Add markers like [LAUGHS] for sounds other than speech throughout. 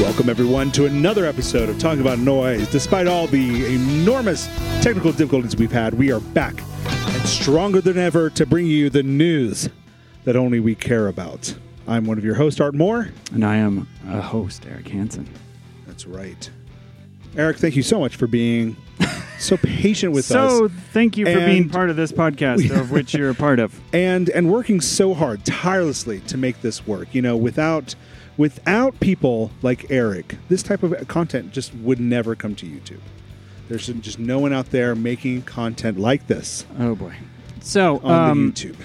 Welcome, everyone, to another episode of Talking About Noise. Despite all the enormous technical difficulties we've had, we are back and stronger than ever to bring you the news that only we care about. I'm one of your hosts, Art Moore. And I am a host, Eric Hansen. That's right. Eric, thank you so much for being so patient [LAUGHS] with us. so thank you for being And- part of this podcast, of which you're a part of. and and working so hard tirelessly to make this work you know without without people like eric this type of content just would never come to youtube there's just no one out there making content like this [LAUGHS] Oh boy. So on um, the youtube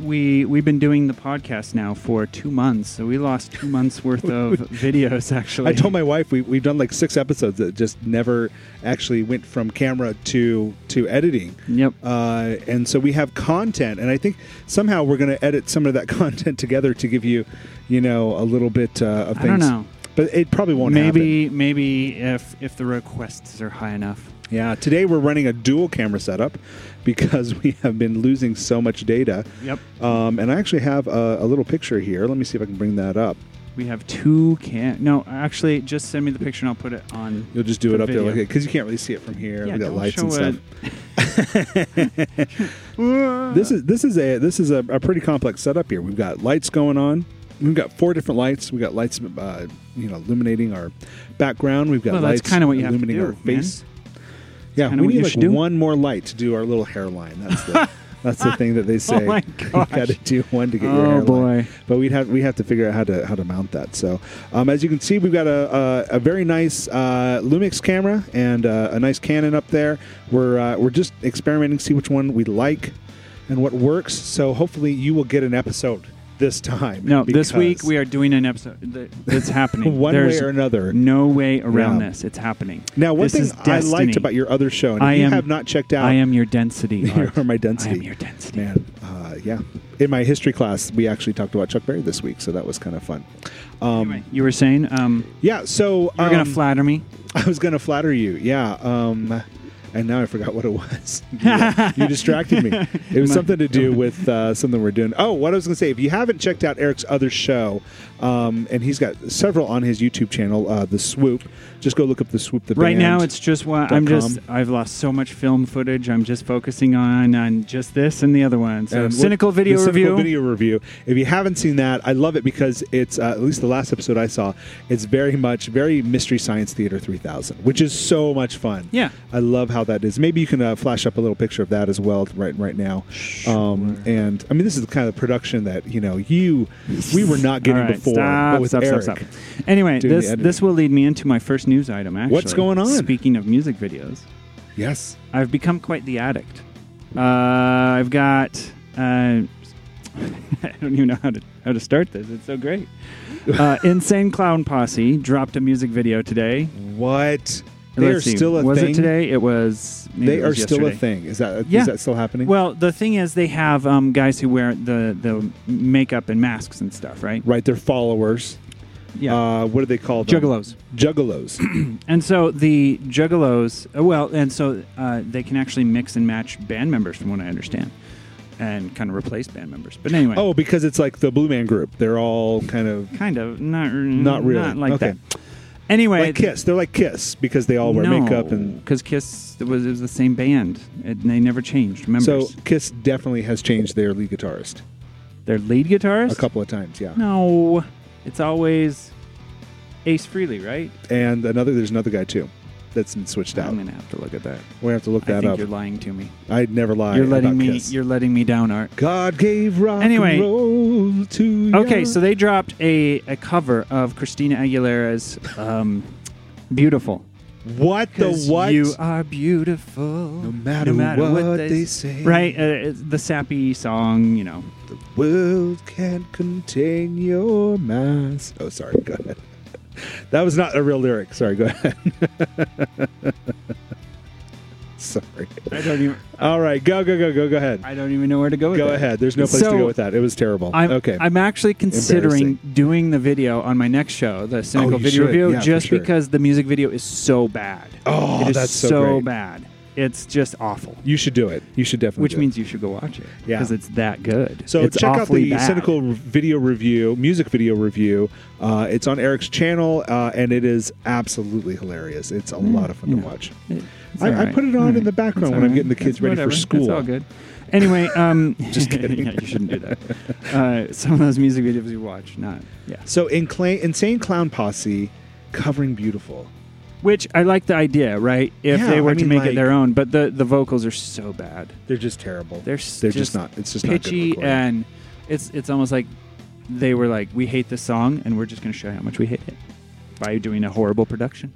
we we've been doing the podcast now for two months, so we lost [LAUGHS] two months worth of videos. Actually, i told my wife we, we've done like six episodes that just never actually went from camera to to editing Yep. uh, and so we have content and i think somehow we're going to edit some of that [LAUGHS] content together to give you you know a little bit uh, of I things don't know. but it probably won't happen. Maybe maybe if if the requests are high enough. Yeah, today we're running a dual camera setup because [LAUGHS] we have been losing so much data. Yep. Um, and I actually have a, a little picture here. Let me see if I can bring that up. We have two can. No, actually, just send me the picture and I'll put it on. You'll just do it The up video. there because you can't really see it from here. we got don't lights show and stuff. it. This is this is a this is a, a pretty complex setup here. We've got lights going on. We've got four different lights. We've got lights, uh, you know, illuminating our background. We've got Well, that's lights kinda what you have to illuminating do, our face. Yeah, kinda we what you need like should do. one more light to do our little hairline. That's [LAUGHS] the, that's the thing that they say. Oh my gosh. You got to do one to get your Oh, hairline. boy. But we'd have we have to figure out how to how to mount that. So, um, as you can see, we've got a a, a very nice uh, Lumix camera and uh, a nice Canon up there. We're uh, we're just experimenting, see which one we like and what works. So hopefully, you will get an episode this time. No, this week because we are doing an episode that, that's [LAUGHS] happening. One way There's or another. No way around Yeah. this. It's happening. Now, one This is thing I liked destiny. about your other show, and if I you am- have not checked out, I [LAUGHS] am your density. You Art. are my density. I am your density. Man, uh, yeah. In my history class, we actually talked about Chuck Berry this week, so that was kind of fun. Um, Anyway, you were saying um, Yeah, so you were gonna um, flatter me. [LAUGHS] I was gonna flatter you, yeah. Um, and now I forgot what it was. [LAUGHS] you, uh, you distracted me. It was [LAUGHS] My- something to do with uh, something we're doing. Oh, what I was gonna say. If you haven't checked out Eric's other show, um, and he's got several on his YouTube channel, uh, the Swoop. Just go look up the Swoop. The Right band. now, it's just why I'm dot just. com. I've lost so much film footage. I'm just focusing on on just this and the other one. So And we'll- cynical video the review. Cynical video review. If you haven't seen that, I love it because it's uh, at least the last episode I saw. It's very much very mystery science theater three thousand, which is so much fun. Yeah. I love how that is. Maybe you can uh, flash up a little picture of that as well right right now. Um, and I mean, this is the kind of production that you know you we were not getting All right, before. Stop, but with stop, Eric, stop, stop. Anyway, doing the this editing. this will lead me into my first news item. Actually, What's going on? Speaking of music videos, yes, I've become quite the addict. Uh, I've got. Uh, [LAUGHS] I don't even know how to how to start this. It's so great. [LAUGHS] Uh, Insane Clown Posse dropped a music video today. what they are Let's see, still a was thing. it today? It was. maybe They it are was still a yesterday. thing. Is that is Yeah. that still happening? Well, the thing is, they have um, guys who wear the the makeup and masks and stuff, right? right, they're followers. Yeah, Uh, what do they call them? juggalos. Juggalos. And so the Juggalos, uh, well, and so uh, they can actually mix and match band members, from what I understand, and kind of replace band members. But anyway, Oh, because it's like the Blue Man Group. They're all kind of kind of not, Not really. not like Okay. that. Anyway, like Kiss. They're like Kiss because they all wear makeup and. because Kiss was it was the same band, and they never changed members. So Kiss definitely has changed their lead guitarist their lead guitarist, a couple of times, yeah. no, it's always Ace Frehley, right? And another, there's another guy too, that's been switched out. I'm gonna have to look at that. we have to look I that think up. you're lying to me. I'd never lie. you're letting about me. Kiss. You're letting me down, Art. God gave rock Anyway. and roll to. Okay, ya. so they dropped a, a cover of Christina Aguilera's um, "Beautiful." what the 'Cause what? You are beautiful, no matter, what, they, say, Right, uh, it's the sappy song, you know. The world can't contain your mass. Oh, sorry. Go ahead. [LAUGHS] That was not a real lyric. Sorry. Go ahead. [LAUGHS] sorry. I don't even. All right. Go, go, go, go, go ahead. I don't even know where to go. With Go that. ahead. There's no place to So, go with that. It was terrible. I'm, okay. I'm actually considering doing the video on my next show, the cynical Oh, you video should. review, Yeah, for just sure. because the music video is so bad. Oh, it is that's so great. bad. It's just awful. You should do it. You should definitely. Which do it. means you should go watch it. Yeah. Because it's that good. So it's check out awfully the bad. cynical video review, music video review. Uh, it's on Eric's channel, uh, and it is absolutely hilarious. It's a lot of fun to Mm. yeah. watch. It's I- all I put it on all in the background It's when all I'm getting the kids It's ready for whatever. It's school. all good. [LAUGHS] Anyway, um, Just kidding. [LAUGHS] yeah, you shouldn't do [LAUGHS] that. Uh, some of those music videos you watch, not yeah. So Incla- insane clown posse covering beautiful. Which I like the idea, right? If Yeah, they were I to mean, make like- it their own, but the the vocals are so bad. They're just terrible. They're s- They're just just, not. It's just pitchy not good recording. and it's it's almost like they were like, we hate this song, and we're just going to show you how much we hate it by doing a horrible production.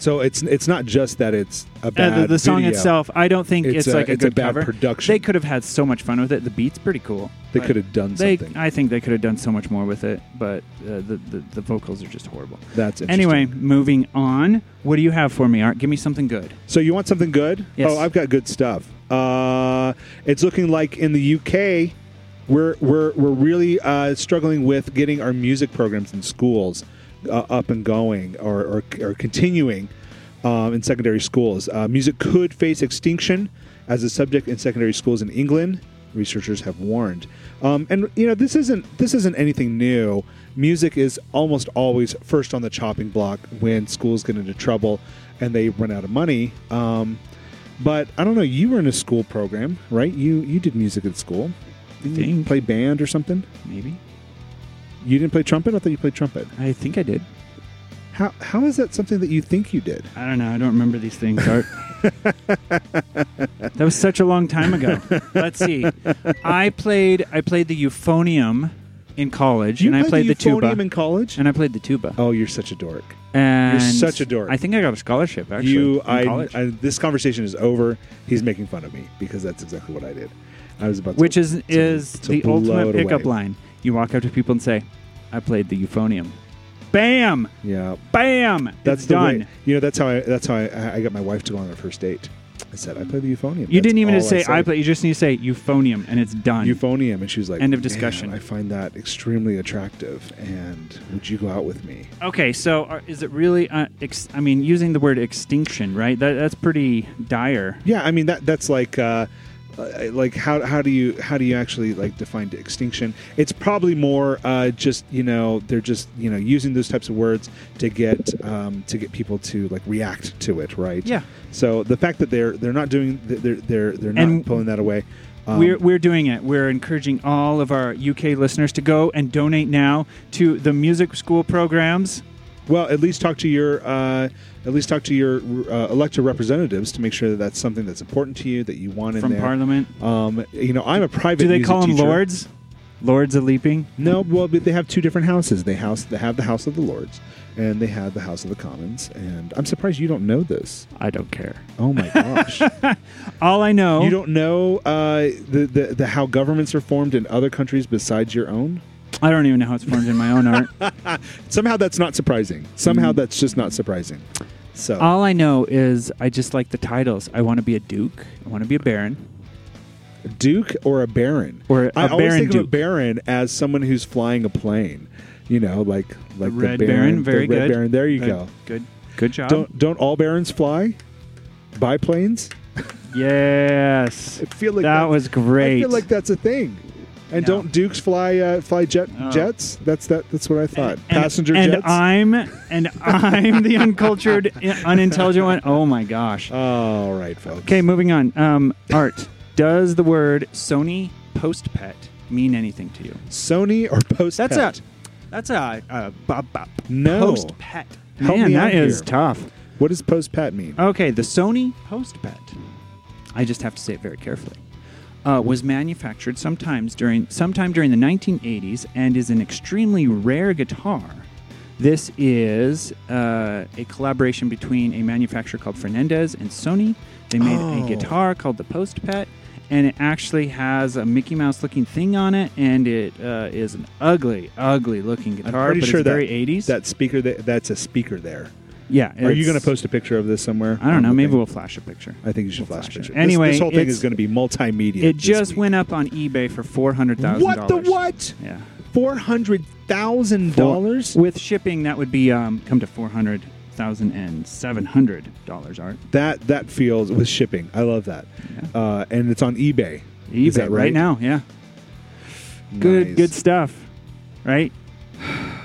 So it's it's not just that it's a Uh, bad the, the song video. itself, I don't think It's it's, a- like a it's a good bad cover. production. They could have had so much fun with it. The beat's pretty cool. They but could have done They, something. I think they could have done so much more with it, but uh, the, the the vocals are just horrible. That's interesting. Anyway, moving on. What do you have for me, Art? Give me something good. So you want something good? Yes. Oh, I've got good stuff. Uh, it's looking like in the UK, we're we're we're really uh, struggling with getting our music programs in schools uh, up and going, or or, or continuing um, in secondary schools. Uh, music could face extinction as a subject in secondary schools in England. Researchers have warned, um, and you know this isn't this isn't anything new. Music is almost always first on the chopping block when schools get into trouble and they run out of money. Um, but I don't know. You were in a school program, right? You you did music at school. Didn't you Think. play band or something? Maybe You didn't play trumpet. I thought you played trumpet. I think I did. How how is that something that you think you did? I don't know. I don't remember these things, [LAUGHS] Art. that was such a long time ago. Let's see. I played I played the euphonium in college, You and I played the, tuba, euphonium in college. and I played the tuba. Oh, you're such a dork. And such a dork. I think I got a scholarship actually. you, in I, college. I. This conversation is over. He's making fun of me because that's exactly what I did. I was about to, which is to- is to the blow ultimate it away. pickup line. You walk up to people and say, "I played the euphonium." Bam, Yeah, bam. that's it's the done. way. You know, that's how I. That's how I, I got my wife to go on our first date. I said I play the euphonium. You didn't even just just say I, play. You just need to say euphonium, and it's done. euphonium and she was like End of "Man, discussion. i find that extremely attractive and would you go out with me Okay, so are, is it really? Uh, ex- I mean, using the word extinction, right? That, that's pretty dire. yeah i mean that that's like uh uh, like how, how do you how do you actually like define extinction it's probably more uh, just you know they're just you know using those types of words to get um, to get people to like react to it right Yeah. so the fact that they're they're not doing they're they're they're not And pulling that away um, we're we're doing it. We're encouraging all of our UK listeners to go and donate now to the music school programs. Well, at least talk to your uh, at least talk to your uh, elected representatives to make sure that that's something that's important to you that you want in From there. Parliament. Um, you know, I'm a private. Do they music call them teacher. lords? Lords of leaping. No, well, but they have two different houses. They house they have the House of the Lords, and they have the House of the Commons. And I'm surprised you don't know this. I don't care. Oh [LAUGHS] my gosh, All I know. you don't know uh, the, the the how governments are formed in other countries besides your own. I don't even know how it's formed in my own [LAUGHS] art. Somehow that's not surprising. Somehow Mm-hmm. that's just not surprising. So All I know is I just like the titles. I want to be a duke. I want to be a baron. Duke or a Baron? Or I a always Baron think of a Duke. Baron as someone who's flying a plane. You know, like like the Red Baron, very the Red good. Baron. There you Good- go. Good. Good job. Don't don't all Barons fly biplanes? Yes. I feel like that that's- was great. I feel like that's a thing. And No. don't Dukes fly uh, fly jet Oh. jets? That's that. That's what I thought. Passenger and jets. I'm [LAUGHS] and I'm the uncultured, unintelligent one. Oh my gosh. all right, folks. Okay, moving on. Um, Art, does the word Sony post pet mean anything to you? Sony or post? That's Pet? a that's a, a bop, bop. No. post pet. Help Man, me that out is here. tough. What does post pat mean? Okay, the Sony post pet. I just have to say it very carefully. Uh, was manufactured sometimes during sometime during the 1980s and is an extremely rare guitar. This is uh, a collaboration between a manufacturer called Fernandez and Sony. They made Oh. a guitar called the Post Pet, and it actually has a Mickey Mouse looking thing on it, and it uh, is an ugly, ugly looking I'm guitar. pretty but sure it's that very 80s. that speaker. That, that's a speaker there. yeah. Are you it's- going to post a picture of this somewhere? I don't know. on the Maybe thing? we'll flash a picture. I think you should We'll flash flash it. picture. Anyway, this, this whole thing it's- is going to be multimedia. It this just week. went up on eBay for four hundred thousand. What the what? Yeah, Four hundred thousand dollars? with shipping that would be um, come to four hundred $1,700 art. That that feels with shipping. I love that. Uh, and it's on eBay. eBay Is that right? now, yeah. Good Nice. good stuff. Right?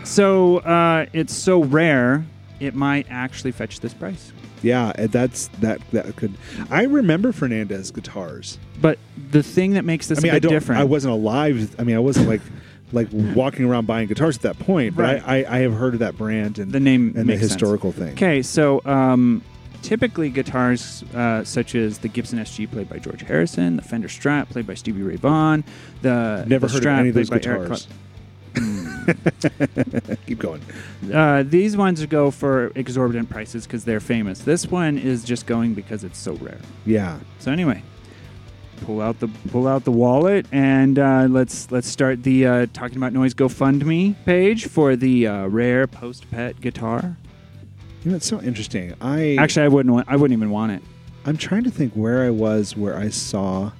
So uh, it's so rare it might actually fetch this price. Yeah, and that's that that could. I remember Fernandez guitars. But the thing that makes this I mean, a bit I don't. different I wasn't alive. I mean, I wasn't like like walking around buying guitars at that point. But Right. I, I, I have heard of that brand and the name and the makes sense. historical thing. Okay, so um, typically guitars uh, such as the Gibson SG played by George Harrison, the Fender Strat played by Stevie Ray Vaughan, the Never the heard Strat of any of those played by Eric guitars. [LAUGHS] Keep going. Cla- uh, these ones go for exorbitant prices because they're famous. This one is just going because it's so rare. Yeah. So anyway, pull out the pull out the wallet and uh, let's let's start the uh, talking about noise GoFundMe page for the uh, rare post pet guitar. You know, it's so interesting. I Actually, I wouldn't want, I wouldn't even want it. I'm trying to think where I was where I saw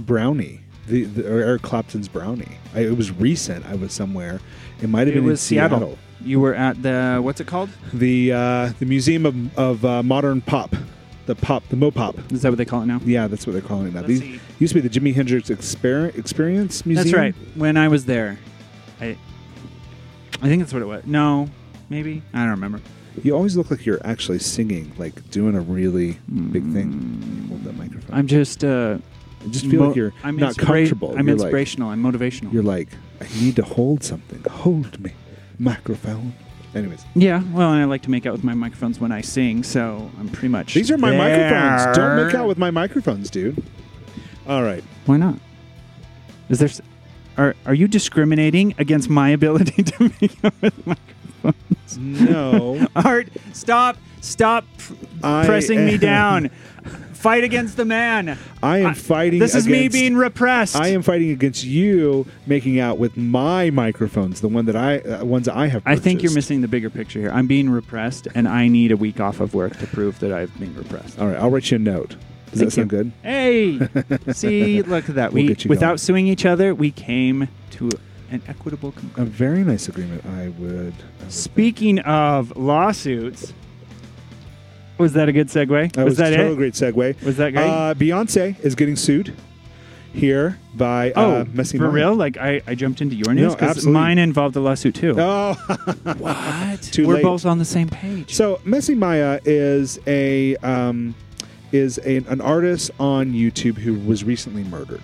Brownie, the, the or Eric Clapton's Brownie. I, it was recent. I was somewhere. It might have It been was in Seattle. Seattle. You were at the what's it called? The uh, the Museum of, of uh, Modern Pop, the pop, the Mopop. Is that what they call it now? Yeah, that's what they're calling it now. These Let's see. used to be the Jimi Hendrix Exper- Experience Museum. That's right. When I was there, I I think that's what it was. No, maybe I don't remember. You always look like you're actually singing, like doing a really big thing. You hold that microphone. I'm just uh, I just feel Hmm. mo- like you're I'm not inspira- comfortable. I'm you're inspirational. I'm motivational. Like, you're like, I need to hold something. Hold me, microphone. Anyways, yeah. Well, and I like to make out with my microphones when I sing, so I'm pretty much. these are my there. microphones. Don't make out with my microphones, dude. All right. Why not? Is there? s- Are Are you discriminating against my ability [LAUGHS] to make out with microphones? [LAUGHS] No, Art, stop, stop pr- I pressing me am- down. Fight against the man. I am fighting. This is me against- being repressed. I am fighting against you making out with my microphones, the one that I uh, ones I have. I think you're purchased. missing the bigger picture here. I'm being repressed, and I need a week off of work to prove that I've been repressed. All right, I'll write you a note. Does that Thank sound you. good? [LAUGHS] Hey, see, look at that. We'll We, get you without going. suing each other, we came to an equitable conclusion. A very nice agreement. I would. I would Speaking of lawsuits, was that a good segue? That was, that a total it? great segue. Was that great? Uh, Beyonce is getting sued here by Oh, uh, Messy for Money. real? Like I, I jumped into your news because absolutely. mine involved a lawsuit too. Oh, [LAUGHS] What? Too We're late. both on the same page. so Messy Maya is a um, is a, an artist on YouTube who was recently murdered,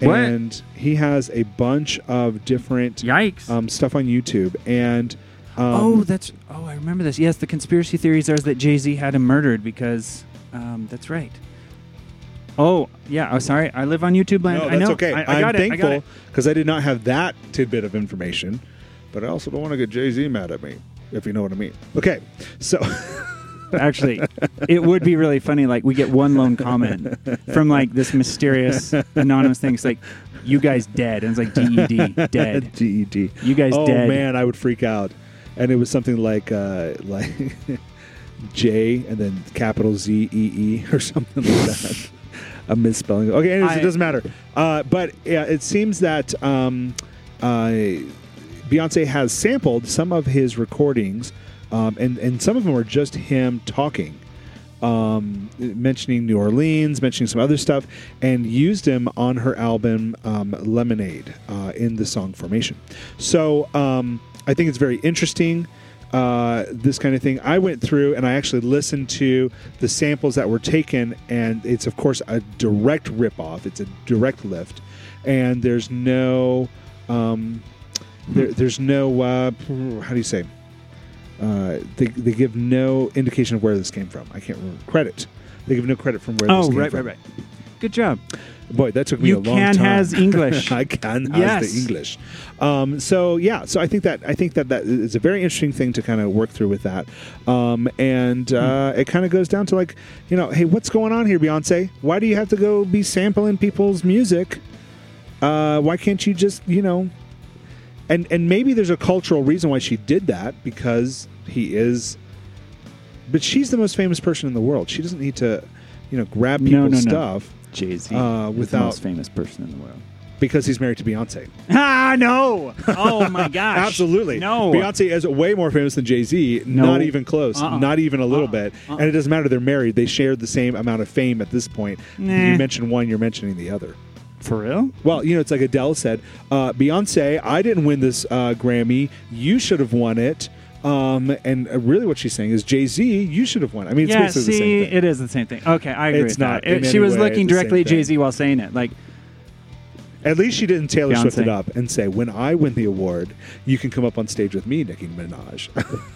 What? and he has a bunch of different Yikes! um, stuff on YouTube and. Um, oh, that's oh, I remember this. Yes, the conspiracy theories are that Jay Z had him murdered because um, that's right. Oh yeah, oh, sorry. I live on YouTube land. No, I that's know. okay. I, I am got it. I got thankful it. because I, did not have that tidbit of information, but I also don't want to get Jay Z mad at me, if you know what I mean. Okay, so [LAUGHS] Actually, it would be really funny. Like we get one lone comment from like this mysterious anonymous thing. It's like, "You guys dead," and it's like DED dead. [LAUGHS] GED. You guys oh dead. man, I would freak out, and it was something like uh, [LAUGHS] like J and then capital Z E E or something like [LAUGHS] that. A misspelling. Okay, anyways, I- it doesn't matter. Uh, but yeah, it seems that um, uh, Beyonce has sampled some of his recordings, um, and and some of them are just him talking, um, mentioning New Orleans, mentioning some other stuff, and used him on her album um, Lemonade uh, in the song Formation. So um, I think it's very interesting. Uh, this kind of thing. I went through and I actually listened to the samples that were taken, and it's of course a direct ripoff. It's a direct lift, and there's no um, there, there's no uh, how do you say uh, they, they give no indication of where this came from i can't remember credit they give no credit from where this Oh came right, right, from right. Good job. boy that took me You a long can time has English. [LAUGHS] i can has Yes. the english um, so yeah so i think that i think that that is a very interesting thing to kind of work through with that um, and Hmm. uh, it kind of goes down to like you know hey what's going on here beyonce why do you have to go be sampling people's music uh, why can't you just you know and and maybe there's a cultural reason why she did that because he is but she's the most famous person in the world she doesn't need to you know grab No, people's no, no. stuff Jay Z Uh, is the without- most famous person in the world. because he's married to Beyonce. [LAUGHS] Ah, no. Oh, [LAUGHS] my gosh. Absolutely. No. Beyonce is way more famous than Jay Z. No. Not even close. Uh-uh. Not even a little bit. Uh-uh. And it doesn't matter. They're married. They share the same amount of fame at this point. Nah. You mention one, you're mentioning the other. For real? Well, you know, it's like Adele said uh, Beyonce, I didn't win this uh, Grammy. You should have won it. Um, and uh, really what she's saying is Jay Z, you should have won. I mean, it's yeah, basically the see, same thing. it is the same thing. Okay, I agree. It's with not that. It- in she any was way looking the same directly at thing. Jay Z while saying it. Like, At least she didn't Taylor Swift Beyonce. it up and say, when I win the award, you can come up on stage with me, Nicki Minaj.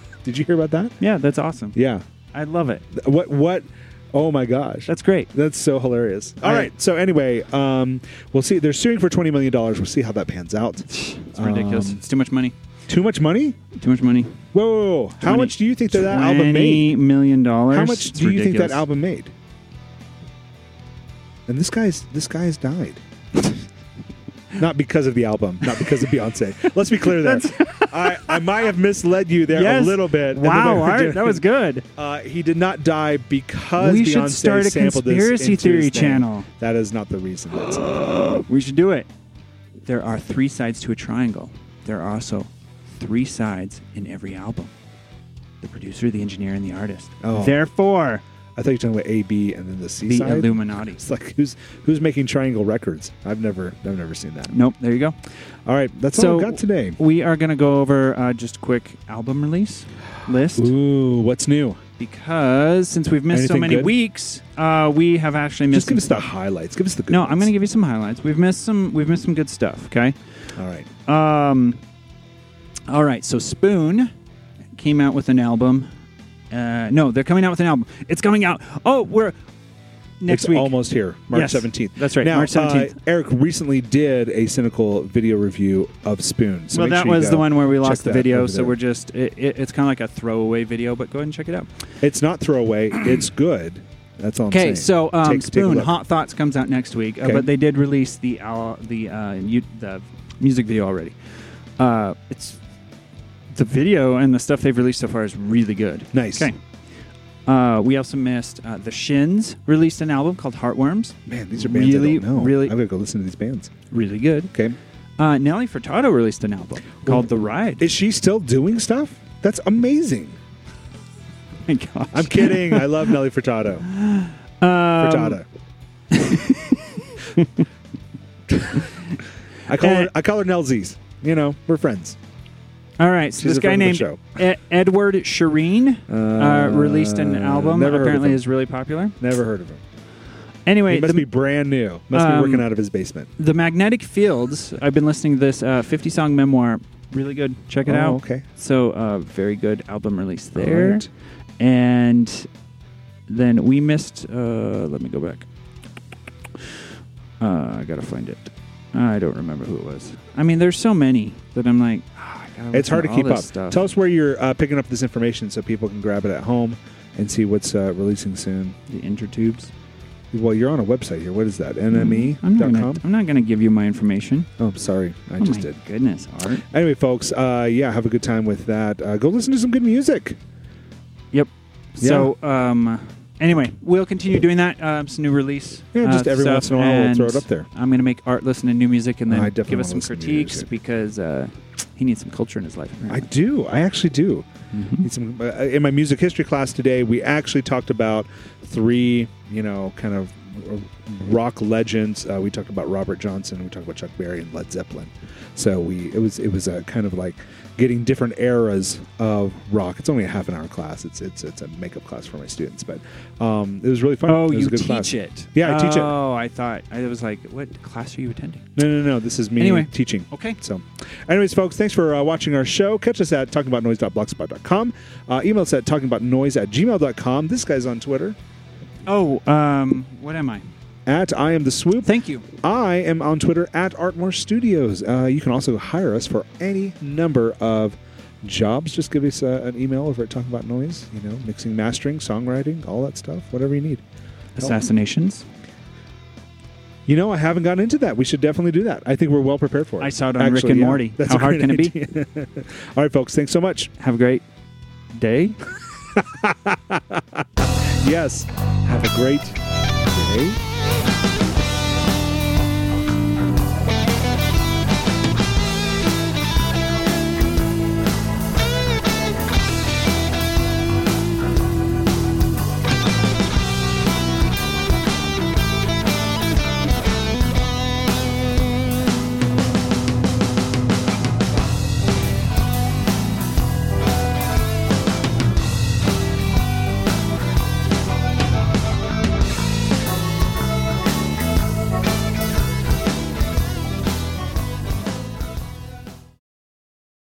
[LAUGHS] Did you hear about that? yeah, that's awesome. Yeah. I love it. What? What? Oh my gosh. That's great. That's so hilarious. All I- right. So anyway, um, we'll see. They're suing for twenty million dollars. We'll see how that pans out. It's ridiculous. Um, it's too much money. Too much money. Too much money. Whoa! whoa, whoa. how 20 much do you think that, that album made? Twenty million dollars. How much It's do you think that ridiculous. album made? And this guy's this guy's died. [LAUGHS] Not because of the album, not because of Beyonce. Let's be clear [LAUGHS] there. I, I might have misled you there Yes. a little bit. in the way [LAUGHS] Wow, we're Art, doing- that was good. Uh, he did not die because We Beyonce should start a sampled this into conspiracy his theory thing. channel. That is not the reason. uh, That's We should do it. There are three sides to a triangle. There are also three sides in every album the producer, the engineer, and the artist. Oh. Therefore, I thought you were talking about A, B, and then the C the side. Illuminati. it's like who's who's making Triangle Records? I've never I've never seen that. Nope, there you go. All right, that's so all I got today. We are going to go over uh, just quick album release list Ooh, what's new? because since we've missed so Anything many good? weeks, uh, we have actually missed. Just give us some- the highlights. Give us the good. no, I'm going to give you some highlights. We've missed some. We've missed some good stuff. Okay. give. All right. Um, all right, so Spoon came out with an album. Uh, no, they're coming out with an album. It's coming out. Oh, we're next It's week. almost here, March Yes, seventeenth. that's right, Now, March 17th. uh, Eric recently did a cynical video review of Spoon. So well, make that sure you was go the one where we check lost the that video, over so there. we're just it, it, it's kind of like a throwaway video. But go ahead and check it out. It's not throwaway. It's good. That's all. I'm Okay, saying. so um, Take- take a Spoon look. Hot Thoughts comes out next week, uh, Okay. but they did release the uh, the uh, you, the music video already. Uh, it's the video and the stuff they've released so far is really good. Nice. Okay. Uh, we also missed uh, the Shins released an album called Heartworms. Man, these are bands I really, don't know. really- I'm gonna go listen to these bands. Really good. Okay. Uh, Nelly Furtado released an album Well, called The Ride. Is she still doing stuff? That's amazing. oh my gosh. I'm kidding. I love Nelly Furtado. Um, Furtado. I call her I call her Nelzies. You know, we're friends. All right, so She's this a guy friend of named the E- Edward Shireen uh, Uh, released an album that never heard of apparently him. is really popular. Never heard of him. Anyway, he must the, be brand new. Must Um, be working out of his basement. the Magnetic Fields, I've been listening to this uh, 50 song memoir. Really good. Check it Oh, out. okay. So, uh, very good album release All there. right. And then we missed. Uh, let me go back. Uh, I gotta find it. I don't remember who it was. I mean, there's so many that I'm like, ah, I gotta It's listen hard to all keep this up. Stuff. Tell us where you're uh, picking up this information so people can grab it at home and see what's uh, releasing soon. the intertubes. Mm-hmm. Well, you're on a website here. What is that? NME.com? Mm, I'm not, gonna, I'm not gonna give you my information. Oh, I'm sorry. I oh just my did. goodness, Art. Anyway, folks, uh, yeah, have a good time with that. Uh, go listen to some good music. Yep. So, um, anyway, we'll continue doing that. Um, some new release. Yeah, just uh, every stuff, once in a while we'll and throw it up there. Oh, I'm gonna make Art listen to new music and I then definitely give us some wanna listen to new critiques music. because uh, he needs some culture in his life. Mm-hmm. I do. I actually do. Need some- uh, in my music history class today, we actually talked about three, you know, kind of r- rock legends. Uh, we talked about Robert Johnson. We talked about Chuck Berry and Led Zeppelin. So we it was it was a kind of like getting different eras of rock. It's only a half an hour class. It's it's it's a makeup class for my students, but um, it was really fun. Oh, it was you a good teach class. it? Yeah, I teach it. Oh, I thought I was like, what class are you attending? No, no, no. This is me Anyway. teaching. Okay. So, anyways, folks, thanks for uh, watching our show. Catch us at talkingaboutnoise.blogspot.com. Uh, email us at talkingaboutnoise at gmail.com. This guy's on Twitter Oh, um, what am I? at I am the swoop. Thank you. I am on Twitter at Artmore Studios. Uh, you can also hire us for any number of jobs. Just give us uh, an email over at Talking About Noise. You know, mixing, mastering, songwriting, all that stuff, whatever you need. Assassinations. You know, I haven't gotten into that. We should definitely do that. I think we're well prepared for it. I saw it on Rick and Morty. How a hard great can it be? idea. [LAUGHS] all right, folks, thanks so much. Have a great day. Yes. Have a great day.